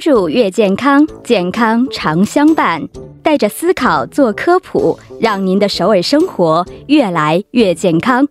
主越健康，健康常相伴。带着思考做科普，让您的首尔生活越来越健康。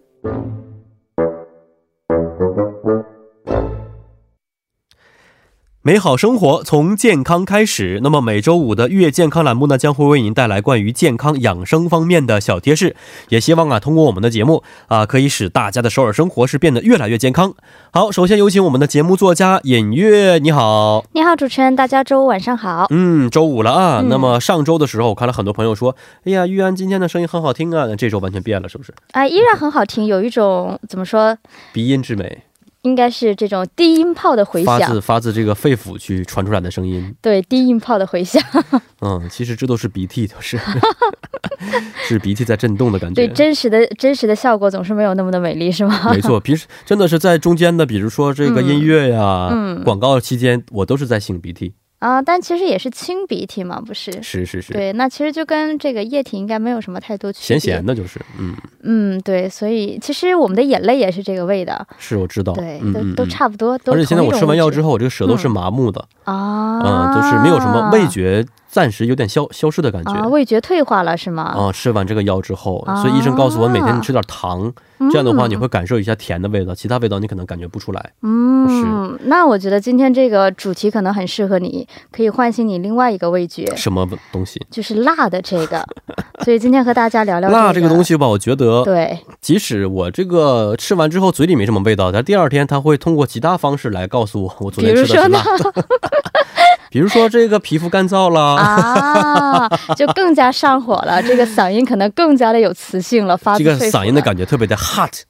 美好生活从健康开始。那么每周五的月健康栏目呢，将会为您带来关于健康养生方面的小贴士。也希望啊，通过我们的节目啊，可以使大家的首尔生活是变得越来越健康。好，首先有请我们的节目啊作家尹月，你好。你好，主持人，大家周五晚上好。嗯，周五了啊。嗯那么上周的时候，我看了很多朋友说，哎呀，玉安今天的声音很好听啊。那这周完全变了，是不是？哎，依然很好听，有一种怎么说，鼻音之美，应该是这种低音炮的回发响，自发自这个肺腑去传出来的声音。对，低音炮的回响，嗯，其实这都是鼻涕，都 是 是鼻涕在震动的感对，觉。真实的真实的效果总是没有那么的美丽，是 吗？没错，平时真的是在中间的，比如说这个嗯音乐呀、嗯广告期间，我都是在擤鼻涕。啊，但其实也是清鼻涕嘛，不是？是是是，对，那其实就跟这个液体应该没有什么太多区别。咸咸的，就是，嗯，嗯，对，所以其实我们的眼泪也是这个味道，是我知道，对，嗯嗯都都嗯差不多，都而且现在我吃完药之后后，我这个舌头是麻木的，嗯，啊，就是没有什么味觉，暂时有点消消失的感觉。啊，味觉啊退化了是吗？啊、吃完这个药之后，所以医生告诉我，每天你吃点糖，嗯这样的话你会感受一下甜的味道，其他味道你可能感觉不出来。嗯，那我觉得今天这个主题可能很适合你，可以唤醒你另外一个味觉，什么东西？就是辣的这 个。所以今天和大家聊聊辣这这个东，西吧，我觉得 对，即使我这个吃完之后嘴里没什么味道，但第二天它会通过其他方式来告诉我，我昨天吃的是辣的。 比如说这个皮肤干燥啦，啊，就更加上火了，这个嗓音可能更加的有磁性了，发自这个肺腑嗓音的了感觉特别的 hot，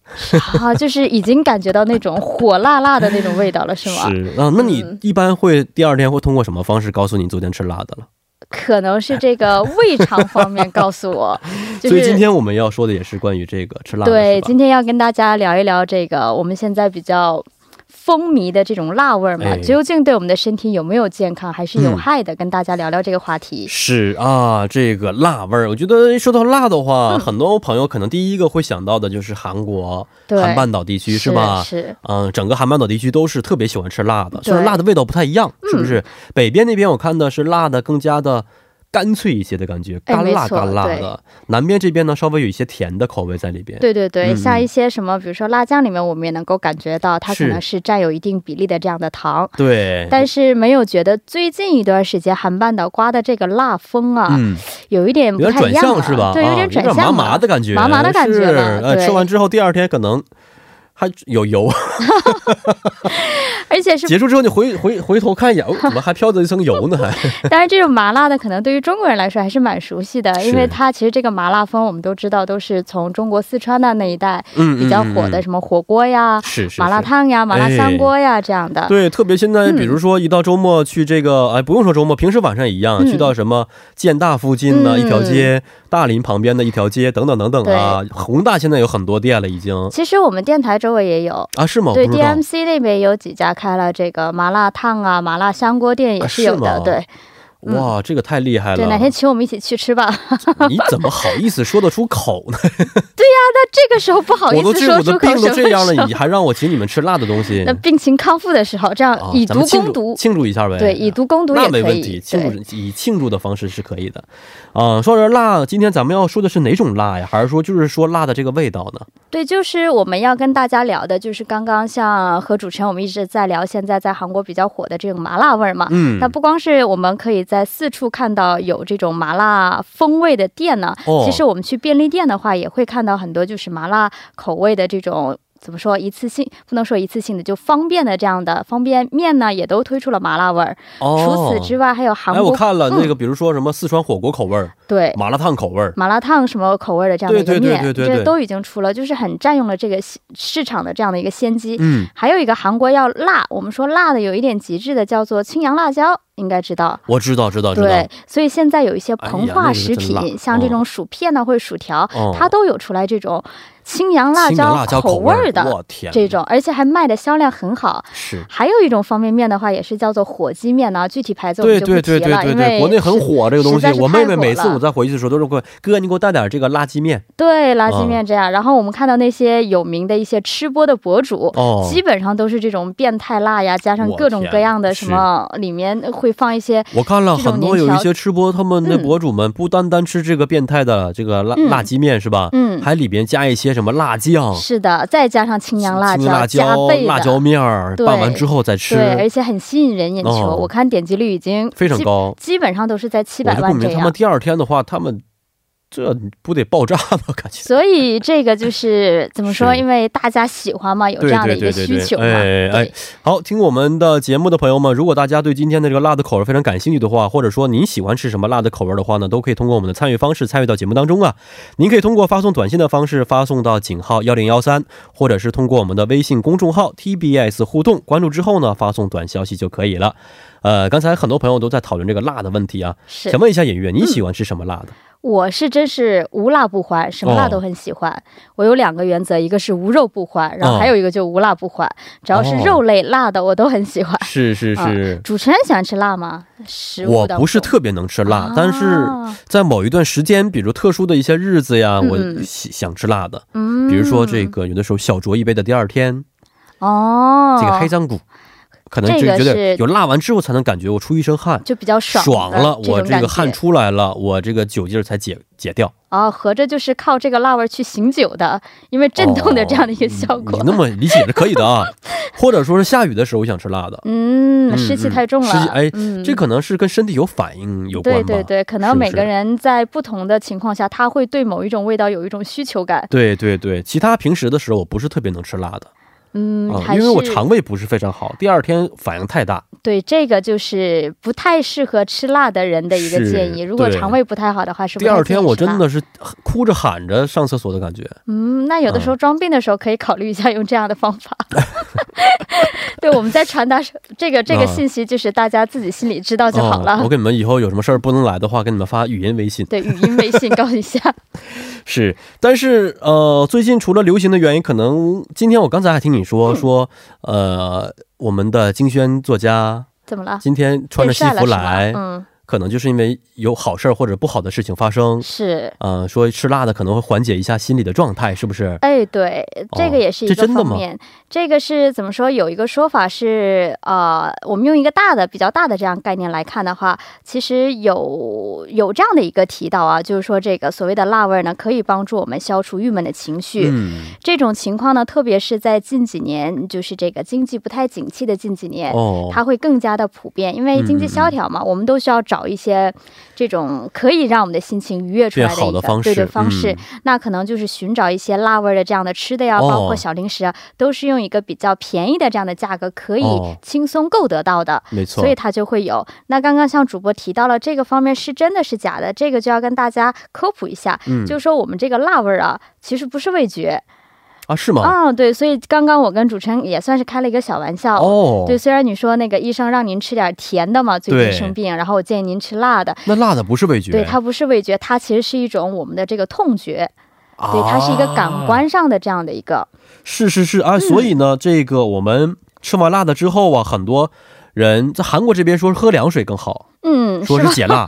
啊，就是已经感觉到那种火辣辣的那种味道了，是嗯吗？啊、那你一般会第二天会通过什么方式告诉你昨天吃辣的了？可能是这个胃肠方面告诉 我，就是所以今天我们要说的也是关于这个吃辣的，对是吧今天要跟大家聊一聊这个我们现在比较。风靡的这种辣味儿嘛、哎嗯究竟对我们的身体有没有健康，还是有害的？跟大家聊聊这个话题。是啊，这个辣味儿，我觉得说到辣 的话、很多朋友可能第一个会想到的就是韩国、对韩半岛地区，是吧？是嗯，整个韩半岛地区都是特别喜欢吃辣的，对嗯虽然辣的味道不太一样，是不是？北边那边我看的是辣的更加的干脆一些的感觉，哎干辣没错干辣的。南边这边呢，稍微有一些甜的口味在里边。对对对、嗯像一些什么，比如说辣酱里面，我们也能够感觉到它可是能是占有一定比例的这样的糖，对，但是没有觉得最近一段时间韩半岛刮的这个辣风啊，嗯，有一点不有点太转一样了向是吧？对，有啊点转向了、麻麻的感觉，麻麻的感觉是了呃对吃完之后第二天可能。还有油，啊而且是，结束之后你回回回头看一眼，哦，怎么还飘着一层油呢？还 当然这种麻辣的可能对于中国人来说还是蛮熟悉的，是因为它其实这个麻辣风我们都知道都是从中国四川的那一带嗯比较火嗯嗯的，什么火锅呀、是是麻辣是烫呀、麻辣香锅呀、这样的。嗯对，特别现在，比如说一到周末去这个，哎，不用说周末，平时晚上也一样，嗯去到什么建大附近呢、嗯一条街，大林旁边的一条街，等等等等啊。宏大现在有很多店了，已经其实我们电台周围也有，啊，是吗？我对不知道。 DMC 那边有几家开了这个麻辣烫啊、麻辣香锅店也是有啊是的，吗对嗯哇，这个太厉害对，了！哪天请我们一起去吃吧。 你怎么好意思说得出口呢？这个时候不 好意我都思这说我出都口病什都么这样时了，候你还让我请你们吃辣的东西 那病情康复的时候，这样啊？以咱毒们庆攻祝毒，庆祝一下呗。对，以毒攻毒也那可以，没问题，庆对。祝以庆祝的方式是可以的，啊、说着辣，今天咱们要说的是哪种辣呀？还是说就是说辣的这个味道呢？对，就是我们要跟大家聊的，就是刚刚像和主持人我们一直在聊，现在在韩国比较火的这种麻辣味儿嘛。嗯那不光是我们可以在四处看到有这种麻辣风味的店呢，哦其实我们去便利店的话，也会看到很多就是麻辣口味的这种。怎么说？一次性不能说一次性的，就方便的这样的方便面呢，也都推出了麻辣味儿。哦除此之嗯外，还有韩哎，国、我看了那个，比如说什么四川火锅口味儿、对麻辣烫口味儿，麻辣烫什么口味的这样的一个对对对面，对对对这都已经出了，就是很占用了这个市市场的这样的一个先机。嗯，还有一个韩国要辣，我们说辣的有一点极致的叫做青阳辣椒，应该知道。我知道，知哦道，知道对。，所以现在有一些膨化食品，哎呀那个真辣像这种薯片呢、或者薯条、哦它都有出来这种青阳辣青阳辣椒椒口味儿味的我天，这种，而且还卖的销量很好。是。还有一种方便面的话，也是叫做火鸡面呢，具体牌子我对们就不对提了，对对对因为对，国内很是。火这个东西实在。是我妹妹太火每次了我在回去的时候都是会，哥，你给我带点这个辣鸡面对，嗯垃圾面这样。然后我们看到那些有名的一些吃播的博主。哦。基本上都是这种变态辣呀，加上各种各样的什么，里面会会放一些我看了这种很多年有条一些吃播，他们的嗯博主们不单单吃这个变态的这个辣、嗯辣鸡面是吧？嗯还里边加一些什么辣酱、是的，再加上青阳辣青椒、椒辣加倍的辣椒面儿，对拌完之后再对，而吃，且很吸引人眼球。哦我看点击率已经非常基，高。基本上都是在七我百就不万明这白他们样。第二天的话，他们这不得爆炸吗？ 感觉。 所以这个就是怎么说？是因为大家喜欢嘛，有这样的一个需求嘛。哎哎对，好，听我们的节目的朋友们，如果大家对今天的这个辣的口味非常感兴趣的话，或者说您喜欢吃什么辣的口味的话呢，都可以通过我们的参与方式参与到节目当中啊。您可以通过发送短信的方式发送到井号幺零幺三，或者是通过我们的微信公众号 TBS 互动，关注之后呢，发送短消息就可以了。呃，刚才很多朋友都在讨论这个辣的问题啊，是嗯想问一下尹月，你喜欢吃什么辣 的？我是真是无辣不欢，什么辣都很喜欢。哦我有两个原则，一个是无肉不欢，然后还有一个就无辣不欢。只要是哦肉类、辣的，我都很喜欢。是是是，主持人喜欢吃辣吗？啊食物我当中不是特别能吃辣，但是。啊在某一段时间，比如特殊的一些日子呀，嗯我喜想吃辣的，嗯，比如说这个有的时候小酌一杯的第二天，哦，这个黑脏骨，可能就这个觉得是有辣完之后才能感觉我出一身汗，就比较爽的爽了，我种这感个觉汗出来了，我这个酒劲儿才解解掉。啊，合着就是靠这个辣味儿去醒酒的，因为震动的这样的一个效哦你果。那么理解是可以 的啊，或者说是下雨的时候我想吃辣的，嗯，嗯湿气太重了。湿气哎嗯这可能是跟身体有反应有关对吧？对对，可是能不每是个人在不同的情况下，他会对某一种味道有一种需求感。对对对其他平时的时候我不是特别能吃辣的嗯，啊、还因是为我肠胃不是非常好，第二天反应太大。对这个就是不太适合吃辣的人的一个是建议。如果对肠胃不太好的话，是不第太二建天议我吃辣真的是哭着喊着上厕所的感觉。嗯，那有的时候装病的时候可以考虑一下用这样的方法。 对，我们在传达这个这个啊信息，就是大家自己心里知道就好了。嗯我给你们以后有什么事儿不能来的话，给你们发语音微信。对，语音微信告诉一下。是，但是呃，最近除了流行的原因，可能今天我刚才还听嗯你说、说，呃，我们的金轩作家怎么了？今天 穿着西变帅服了是吗来，嗯，可能就是因为有好事儿或者不好的事情发生。是。呃，说吃辣的可能会缓解一下心理的状态，是不是？哎，对，这个也是一哦这个真的方吗面。这个是怎么说？有一个说法是，呃，我们用一个大的、比较大的这样概念来看的话，其实有有这样的一个提到啊，就是说这个所谓的辣味儿呢，可以帮助我们消除郁闷的情绪。嗯，这种情况呢，特别是在近几年，就是这个经济不太景气的近几年。哦，嗯它会更加的普遍，因为经济萧条嘛，我们都需要找一些这种可以让我们的心情愉悦出来的一变好个的方式对对方式、嗯那可能就是寻找一些辣味儿的这样的吃的呀、哦包括小零食啊，都是用一个比较便宜的这样的价格可以哦轻松购得到的。没错所以。它就会有。那刚刚像主播提到了这个方面是真的是假的，这个就要跟大家科普一下，嗯就是说我们这个辣味儿啊，其实不是味觉啊，是吗？啊、对，所以刚刚我跟主持人也算是开了一个小玩笑。哦，对，虽然你说那个医生让您吃点甜的嘛，最对近生病，然后我建议您吃辣的。那辣的不是味觉，对，它不是味觉，它其实是一种我们的这个痛觉，啊，对，它是一个感官上的这样的一个，是是是嗯啊，所以呢，这个我们吃完辣的之后啊，很多人在韩国这边说是喝凉水更好，嗯，说是是吧？解辣；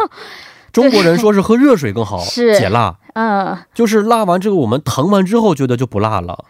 中国人说是喝热水更好，是解辣。嗯，就是辣完这个，我们疼完之后觉得就不辣了，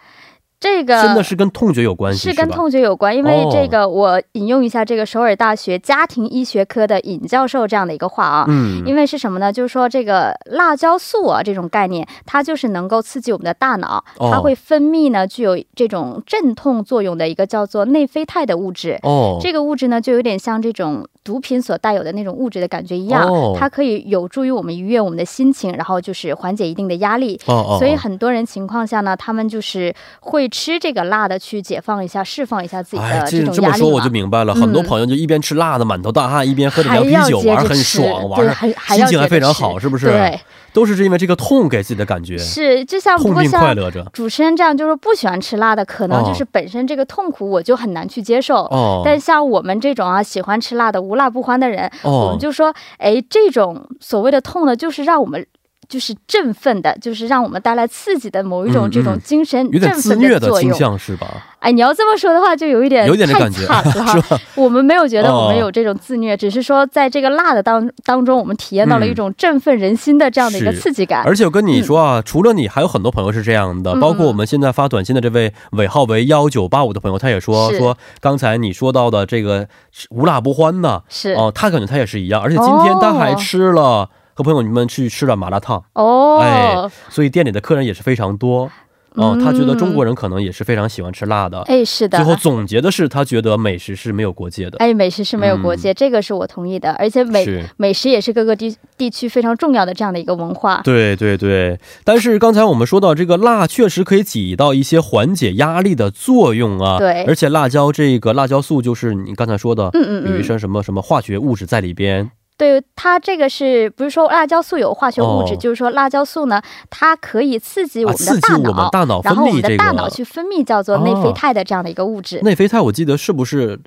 这个真的是跟痛觉有关系，呃是是跟吧？痛觉有关，因为哦这个我引用一下这个首尔大学家庭医学科的尹教授这样的一个话啊。嗯，因为是什么呢？就是说，这个辣椒素啊，这种概念，它就是能够刺激我们的大脑，哦它会分泌呢具有这种镇痛作用的一个叫做内啡肽的物质。哦，这个物质呢，就有点像这种毒品所带有的那种物质的感觉一样，哦它可以有助于我们愉悦我们的心情，然后就是缓解一定的压力。哦哦，所以哦很多人情况下呢，他们就是会吃这个辣的去解放一下、释放一下自己哎的，这呃种这么压力说我嘛就。明白了，嗯很多朋友就一边吃辣的满头大汗，一边喝着还凉要啤酒，接玩儿着很吃爽，玩对，儿啊还还心要情还接着非常吃好，是不是？对，都是因为这个痛给自己的感觉，是就像不痛过并快像乐着。主持人这样，就是不喜欢吃辣的，可能哦就是本身这个痛苦我就很难去接受。哦，但像我们这种啊喜欢吃辣的无辣不欢的人，我哦们，就说，哎，这种所谓的痛呢，就是让我们。就是振奋的，就是让我们带来刺激的某一嗯种嗯这种精神 有振点自奋虐的作倾用。向是吧？哎，你要这么说的话，就有一点有点这太感觉惨了 是吧？我们没有觉得我们哦有这种自虐，只是说在这个辣的当当中，我们体验到了嗯一种振奋人心的这样的一个是刺激感。而且我跟你说啊，除了你，还有很多朋友是这样的，嗯包括我们现在发短信的这位尾号为幺九八五的朋友，他也说是说刚才你说到的这个是无辣不欢呐，是哦、他感觉他也是一样，而且今天哦他还吃了、和朋友们去吃了麻辣烫，哦、哎所以店里的客人也是非常多。哦、嗯他觉得中国人可能也是非常喜欢吃辣的。哎，是的。最后总结的是，他觉得美食是没有国界的。哎，美食是没有国界，这个是我同意的。而且美嗯是，美食也是各个地地区非常重要的这样的一个文 化。对对对。但是刚才我们说到，这个辣确实可以起到一些缓解压力的作用啊。对而且辣椒这个辣椒素就是你刚才说的，嗯嗯有一嗯，些什么什么化学物质在里边。对它这个是不是说辣椒素有化学物质？哦就是说辣椒素呢，它可以刺激我啊，们的刺激大我脑，们大脑分然后我泌们这的个大脑去分泌叫做内啡肽的这样的一个物质。内啡肽，我记得是不是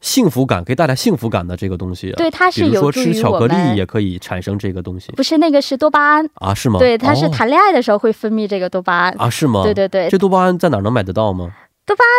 幸福感可以带来幸福感的这个东西、啊？对，它比是如有说助吃于巧我克力们。也可以产生这个东西不是那个是多巴胺，啊？是吗？对，它是哦谈恋爱的时候会分泌这个多巴胺。啊？是吗？对对对，这多巴胺在哪儿能买得到吗？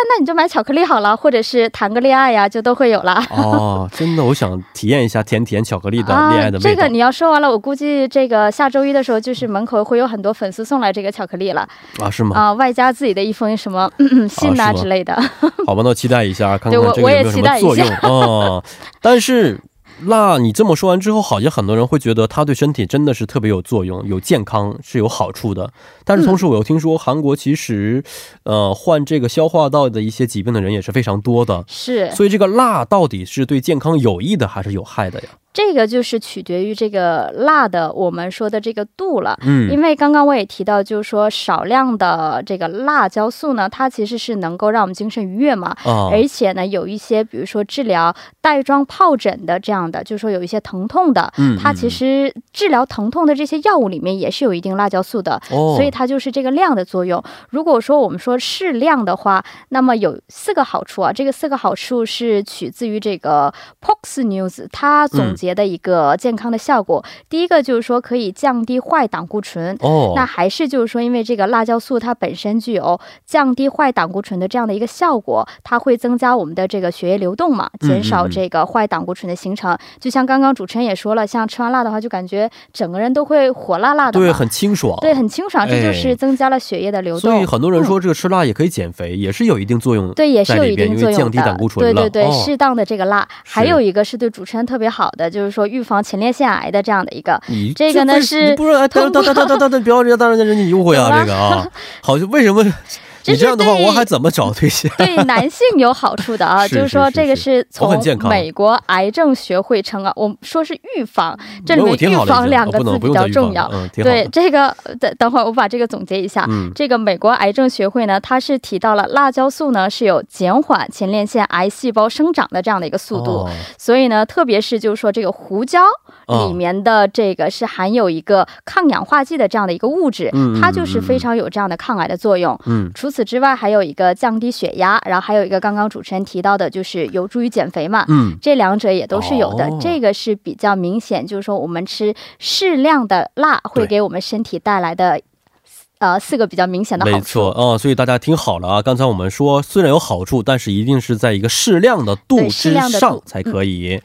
那你就买巧克力好了，或者是谈个恋爱呀、就都会有了。哦，真的，我想体验一下甜甜巧克力的恋爱的味道。啊。这个你要说完了，我估计这个下周一的时候，就是门口会有很多粉丝送来这个巧克力了啊，是吗？啊、外加自己的一封什么 咳咳信啊呐、是吗之类 的。 好吧，那我期待一下，看看对我这个有没有什么作我也用期啊、嗯 但是辣，你这么说完之后，好像很多人会觉得它对身体真的是特别有作用，有健康是有好处的。但是同时，我又听说韩国其实，呃，患这个消化道的一些疾病的人也是非常多的。是，所以这个辣到底是对健康有益的还是有害的呀？这个就是取决于这个辣的我们说的这个度了。因嗯，为刚刚我也提到，就是说少量的这个辣椒素呢，它其实是能够让我们精神愉悦嘛，啊，而且呢，有一些比如说治疗带状疱疹的这样的，就是说有一些疼痛的，嗯它其实治疗疼痛的这些药物里面也是有一定辣椒素的，哦，所以它就是这个量的作用。如果说我们说适量的话，那么有四个好处啊，这个四个好处是取自于这个 Pox News 它总结的一个健康的效果。第一个就是说可以降低坏胆固醇。哦，那还是就是说，因为这个辣椒素它本身具有降低坏胆固醇的这样的一个效果，它会增加我们的这个血液流动嘛，嗯减少嗯嗯这个坏胆固醇的形成。就像刚刚主持人也说了，像吃完辣的话，就感觉整个人都会火辣辣的嘛，对，很清爽，对，很清爽，这就是增加了血液的流哦哎所动。以很多人嗯说这个吃辣也可以减肥，也是有一定作用。对，也是有一定作在里边因为降用低胆的固。醇对了对对，哦适当的这个辣，还有一个是对主持人特别好的，就是说预防前列腺癌的这样的一个。你这个呢非是你不是哎，等通等过等等等等等，不要让让人家误会啊，这个啊，好像 为什么这你是这样的话，对我还怎么找对象？对 男性有好处的啊，是就是是说这个是是我从很健康美国癌症学会称啊，我们说是预防，这里嗯我面挺预好的已经，防两哦个不字能比不用较再预重防要了。嗯，挺好对的。这个，等等会儿我把这个总结一下。嗯这个美国癌症学会呢，它是提到了辣椒素呢是有减缓前列腺癌细胞生长的这样的一个速度，哦所以呢，特别是就是说这个胡椒哦里面的这个是含有一个抗氧化剂的这样的一个物质，嗯嗯它就是非常有这样的抗癌的作用。嗯，除此之外，还有一个降低血压，然后还有一个刚刚主持人提到的，就是有助于减肥嘛。嗯，这两者也都是有的，哦这个是比较明显，就是说我们吃适量的辣会对给我们身体带来的，呃，四个比较明显的好处。没错啊、嗯所以大家听好了啊，刚才我们说虽然有好处，但是一定是在一个适量的度对适之量的上度嗯才可以。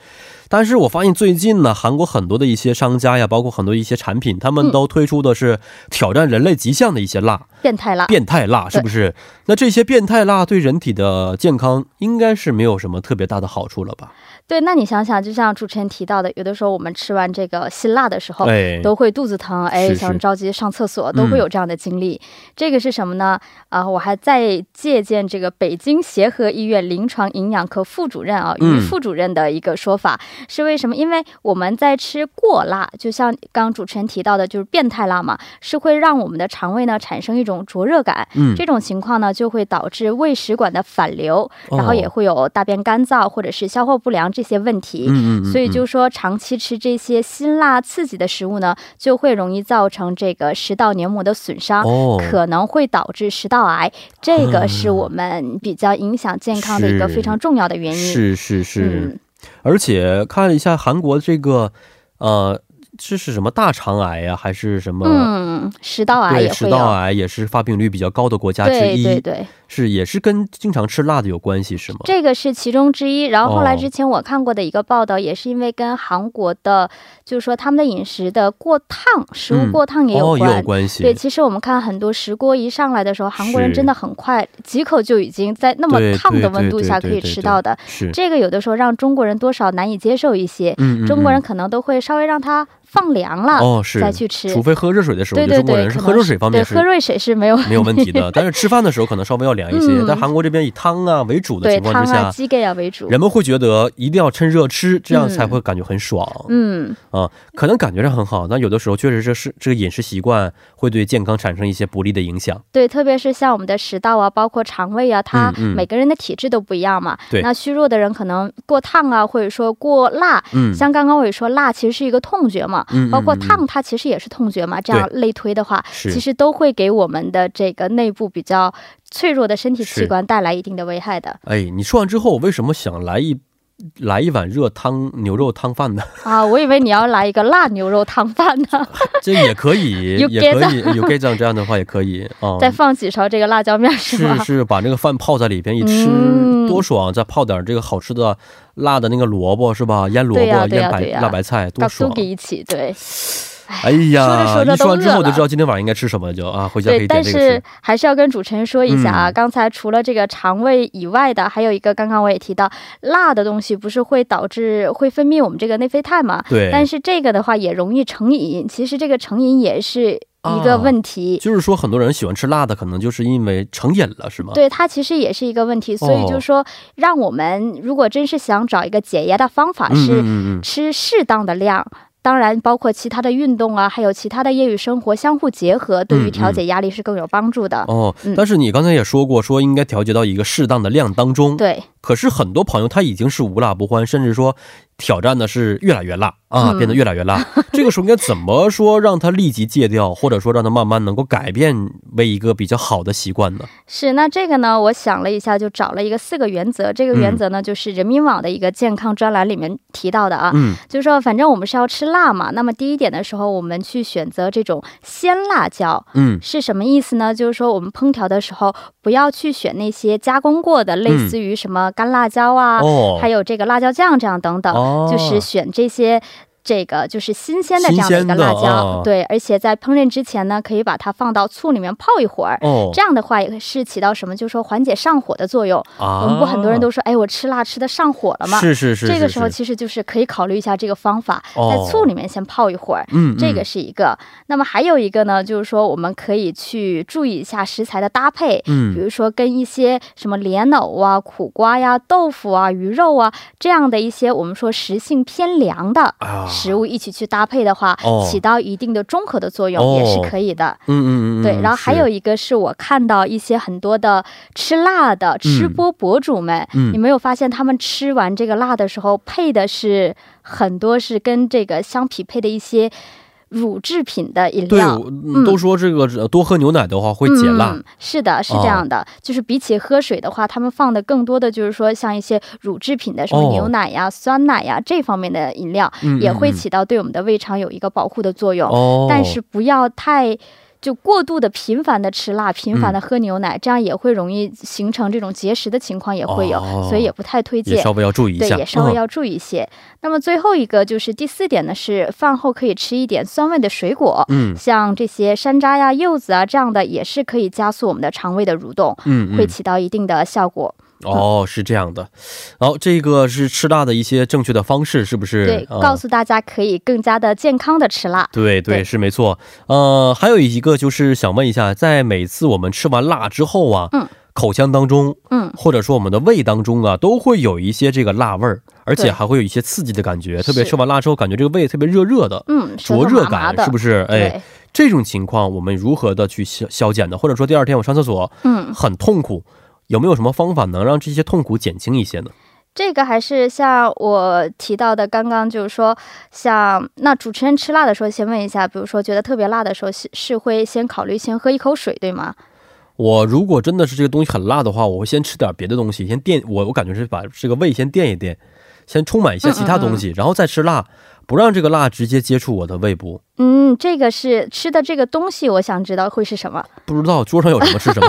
但是我发现最近呢，韩国很多的一些商家呀，包括很多一些产品，他们嗯都推出的是挑战人类极限的一些辣，变态辣，变态辣是不是？那这些变态辣对人体的健康应该是没有什么特别大的好处了吧？对，那你想想，就像主持人提到的，有的时候我们吃完这个辛辣的时候，哎，都会肚子疼，是哎，是嗯想着急上厕所，都会有这样的经历。这个是什么呢？啊，我还在借鉴这个北京协和医院临床营养科副主任啊，嗯于副主任的一个说法，是为什么？因为我们在吃过辣，就像刚刚主持人提到的，就是变态辣嘛，是会让我们的肠胃呢产生一种灼热感。嗯，这种情况呢，就会导致胃食管的反流，哦然后也会有大便干燥或者是消化不良这些问题。嗯嗯嗯嗯，所以就说长期吃这些辛辣刺激的食物呢，就会容易造成这个食道黏膜的损伤。哦，啊可能会导致食道癌，这个是我们比较影响健康的一个是非常重要的原因。是是是、嗯，而且看了一下韩国这个呃这是什么大肠癌呀、还是什么？嗯，食道癌对，也食会道有，癌也是发病率比较高的国家之对一，对对，是也是跟经常吃辣的有关系是吗？这个是其中之一。然后后哦来之前我看过的一个报道，也是因为跟韩国的，就是说他们的饮食的过烫，食嗯物过烫也有哦，也关。有关系。对，其实我们看很多石锅一上来的时候，韩国人是真的很快几口就已经在那么对烫对的温对度对下对可以对吃对到的。是，这个有的时候让中国人多少难以接受一些，嗯，嗯中国人嗯可能都会稍微让它放凉了、哦是再去吃。除非喝热水的时候，对我觉得对中国对，人是可喝能热水方面对是喝热水是没有没有问 题 的，但是吃饭的时候可能稍微要凉一些。嗯但韩国这边以汤啊为主的对情况汤之啊、下，鸡盖啊为主。人们会觉得一定要趁热吃，这样嗯才会感觉很爽。嗯，啊、可能感觉上很好，但有的时候确实这是这个饮食习惯会对健康产生一些不利的影响。对，特别是像我们的食道啊，包括肠胃啊，它嗯嗯每个人的体质都不一样嘛。对那虚弱的人可能过烫啊，或者说过辣，嗯，像刚刚我也说，辣其实是一个痛觉嘛，嗯包括嗯嗯烫它其实也是痛觉嘛。这样类推的话，是其实都会给我们的这个内部比较脆弱的身体是器官带来一定的危害的哎，你说完之后，为什么想来一来一碗热汤牛肉汤饭呢？ 啊！我以为你要来一个辣牛肉汤饭呢，这也可以， You 也可以，有盖酱这样的话也可以啊。再放几勺这个辣椒面是是吗？ 是，把这个饭泡在里边一吃、嗯多爽，再泡点这个好吃的辣的那个萝卜是吧？腌萝卜、对呀对呀腌白对呀辣白菜多搞苏爽！给一起对哎呀，说着说着一说完都之后我饿就了知道今天晚上应该吃什么了，就啊，回家可对，以点但这个是吃。还是要跟主持人说一下啊，嗯刚才除了这个肠胃以外的，还有一个刚刚我也提到，辣的东西不是会导致会分泌我们这个内啡肽嘛？对，但是这个的话也容易成瘾，其实这个成瘾也是一哦个问题。就是说，很多人喜欢吃辣的，可能就是因为成瘾了，是吗？，对它其实也是一个问题，所哦以就说，让我们如果真是想找一个解压的方法，嗯是嗯嗯吃适当的量，当然包括其他的运动啊，还有其他的业余生活相互结合，对于调节压力是更有帮助的嗯。。哦嗯，但是你刚才也说过，说应该调节到一个适当的量当中。，对，可是很多朋友他已经是无辣不欢，甚至说挑战的是越来越辣啊，嗯变得越来越 辣。这个时候应该怎么说让他立即戒掉，或者说让他慢慢能够改变为一个比较好的习惯呢？是，那这个呢，我想了一下，就找了一个四个原则。这个嗯原则呢，就是人民网的一个健康专栏里面提到的啊，嗯，就是说，反正我们是要吃辣嘛。那么第一点的时候，我们去选择这种鲜辣椒嗯，是什么意思呢？就是说，我们烹调的时候不要去选那些加工过的，类似于什么干辣椒啊，嗯哦，还有有这个辣椒酱这样等等，哦就是选这些。这个就是新鲜的这样的一个辣新鲜的哦椒，对，而且在烹饪之前呢，可以把它放到醋里面泡一会儿，哦，这样的话也是起到什么，就是说缓解上火的作用。啊，我们不很多人都说，哎，我吃辣吃的上火了嘛。是是是，这个是时候是其实就是可以考虑一下这个方法，哦在醋里面先泡一会儿。嗯，嗯这个是一个，那么还有一个呢，就是说我们可以去注意一下食材的搭配，比嗯如说跟一些什么莲藕啊、苦瓜呀、豆腐啊、鱼肉啊这样的一些我们说食性偏凉的啊食物一起去搭配的话，哦起到一定的中和的作哦用也是可以的。嗯嗯嗯嗯，对，然后还是有一个是我看到一些很多的吃辣的吃播博主们，嗯你没有发现他们吃完这个辣的时候配的是很多是跟这个相匹配的一些乳制品的饮对，料我。嗯都说这个呃多喝牛奶的话会解辣。哦嗯，是的，是这样的、就是比起喝水的话，他们放的更多的就是说像一些乳制品的，什哦么牛奶呀、酸奶呀这方面的饮料、嗯也会嗯嗯起到对我们的胃肠有一个保护的作用。哦，但是不要太就过度的频繁的吃辣，频繁的嗯喝牛奶，这样也会容易形成这种结石的情况也会有，哦所以也不太推也荐稍。微要注意一对，下，嗯也稍微要注意一些。那么最后一个就是第四点呢，是饭后可以吃一点酸味的水果，嗯像这些山楂呀、柚子啊这样的，也是可以加速我们的肠胃的蠕动，嗯嗯会起到一定的效果。哦，是这样的。然后这个是吃辣的一些正确的方式，是不是？对，啊告诉大家可以更加的健康的吃辣。对对对是没错。呃，还有一个就是想问一下，在每次我们吃完辣之后啊，嗯口腔当中嗯，或者说我们的胃当中啊，都会有一些这个辣味儿，而且对还会有一些刺激的感觉，是特别吃完辣之后，感觉这个胃特别热热的。嗯，舌灼头热麻麻感的是不是？哎，对，这种情况我们如何的去消消减呢？或者说第二天我上厕所嗯。很痛苦，有没有什么方法能让这些痛苦减轻一些呢？这个还是像我提到的，刚刚就是说，像那主持人吃辣的时候，先问一下，比如说觉得特别辣的时候，是是会先考虑先喝一口水，对吗？我如果真的是这个东西很辣的话，我会先吃点别的东西，嗯先垫我我感觉是把这个胃先垫一垫，先充满一下其他东西，然后再吃辣，不让这个蜡直接接触我的胃部？嗯，这个是吃的这个东西，我想知道会是什么。 不知道桌上有什么吃什么。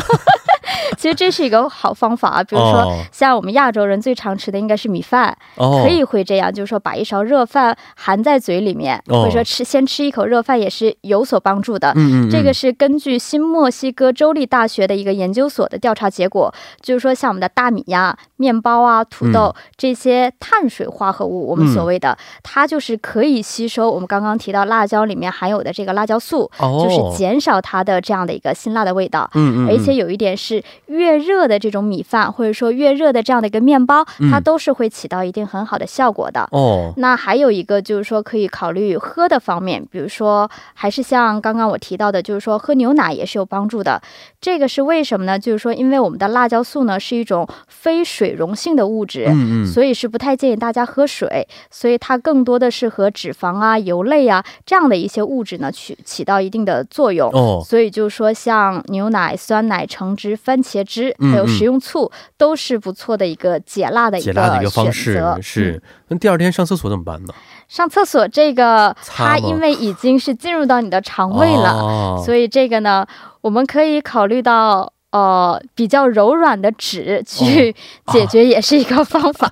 其实这是一个好方法啊，比如说哦像我们亚洲人最常吃的应该是米饭，哦，可以会这样，就是说把一勺热饭含在嘴里面，哦或者说吃先吃一口热饭也是有所帮助的。嗯，嗯嗯，这个是根据新墨西哥州立大学的一个研究所的调查结果，就是说像我们的大米呀、面包啊、土嗯豆、这些碳水化合物，我们所谓的、它就是可以吸收我们刚刚提到辣椒里面含有的这个辣椒素，哦，就是减少它的这样的一个辛辣的味道。嗯，嗯嗯，而且有一点是，越热的这种米饭，或者说越热的这样的一个面包，它嗯都是会起到一定很好的效果的。哦，那还有一个就是说，可以考虑喝的方面，比如说还是像刚刚我提到的，就是说喝牛奶也是有帮助的。这个是为什么呢？就是说，因为我们的辣椒素呢是一种非水溶性的物质。嗯嗯，所以是不太建议大家喝水，所以它更多的是和脂肪啊、油类啊这样的一些物质呢，去起到一定的作用。哦，所以就是说，像牛奶、酸奶、橙汁、番茄汁，嗯还有食用醋，都是不错的一个解辣的一解个辣的一个方式选择嗯是。那第二天上厕所怎么办呢？上厕所这个，擦它吗因为已经是进入到你的肠胃了，哦所以这个呢，我们可以考虑到。呃，比较柔软的纸去哦 啊解决也是一个方法，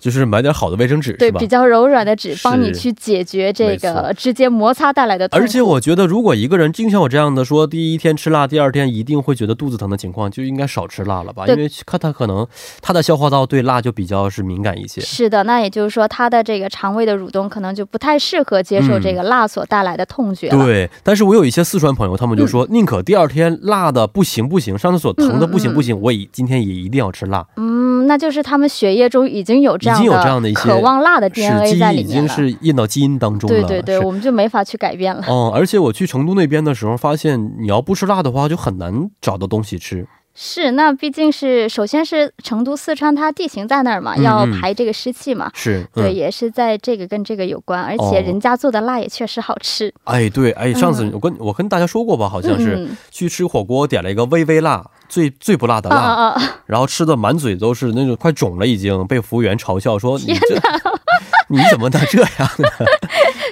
就是买点好的卫生纸，对，是吧比？较柔软的纸是帮你去解决这没错个直接摩擦带来的痛苦。而且我觉得，如果一个人就像我这样的说，第一天吃辣，第二天一定会觉得肚子疼的情况，就应该少吃辣了吧？对因为看他可能他的消化道对辣就比较是敏感一些。是的，那也就是说，它的这个肠胃的蠕动可能就不太适合接受这个辣所带来的痛觉了。嗯对，嗯但是我有一些四川朋友，他们就说、宁可第二天辣的不行不行，上厕所疼的不行不行，我也今天也一定要吃辣。嗯，那就是他们血液中已经有这样已经有这样的一些渴望辣的是 DNA 记在忆里已面经了。是印到基因当中对了。对对，是我们就没法去改变了。嗯，而且我去成都那边的时候，发现你要不吃辣的话，就很难找到东西吃。是，那毕竟是首先是成都、四川，它地形在那儿嘛，嗯要嗯排这个湿气嘛。是，嗯、对，也是在这个跟这个有关，而且哦人家做的辣也确实好吃。哎，对，哎，上次嗯我跟、我跟大家说过吧，好像是、嗯嗯去吃火锅，点了一个微微辣，最最不辣的啊辣，啊啊！然后吃的满嘴都是那种快肿了，已经被服务员嘲笑说你这 你怎么能这样呢？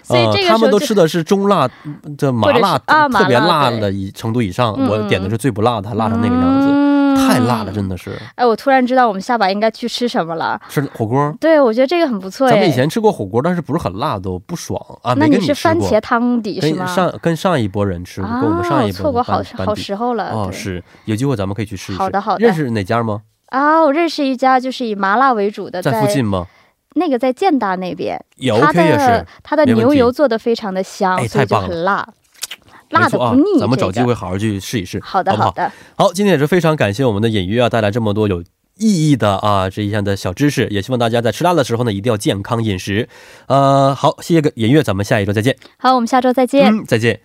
所以这呃个他们时候都就吃的是中辣，嗯这麻或辣、者是啊麻辣特别辣对的以程度以上，嗯我点的是最不辣的，辣成那个样子，嗯太辣了，真的是哎，我突然知道我们下把应该去吃什么了。吃火锅。对，我觉得这个很不错哎。咱们以前吃过火锅，但是不是很辣，都不爽啊。那没跟是吃番过，茄汤底是跟吗？上跟上一波人吃过，啊，跟我们上一波错过好班班好底时候了。哦，对是有机会咱们可以去试一试。好的好的认识哪家吗？啊，我认识一家就是以麻辣为主的，在附近吗？那个在建大那边，也呃它 OK 也的是，它的没问牛题油做的非常的香，哎所以太就棒了很辣，没辣的错啊不腻。咱们找这机个会好好去试一试，好的好不好？的，好，今天也是非常感谢我们的隐约啊，带来这么多有意义的啊这一项的小知识，也希望大家在吃辣的时候呢，一定要健康饮食。呃，好，谢谢个隐约，咱们下一周再见。好，我们下周再见。嗯，再见。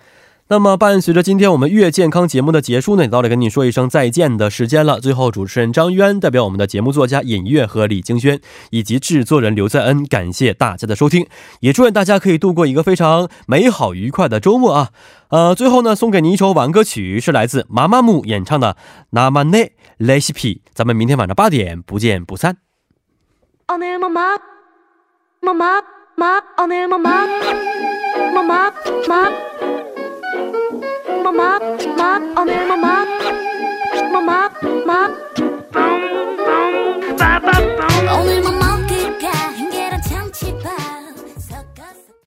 那么，伴随着今天我们月健康节目的结束呢，也到了跟你说一声再见的时间了。最后，主持人张渊代表我们的节目作家尹月和李京轩，以及制作人刘在恩，感谢大家的收听，也祝愿大家可以度过一个非常美好愉快的周末啊！呃，最后呢，送给你一首晚歌曲，是来自妈妈木演唱的《那么内 l e s p 咱们明天晚上八点不见不散。 오늘 뭐막 뭐막 막 오늘 뭐막 뭐막 막 뭐막 막 오늘 뭐막 뭐막 막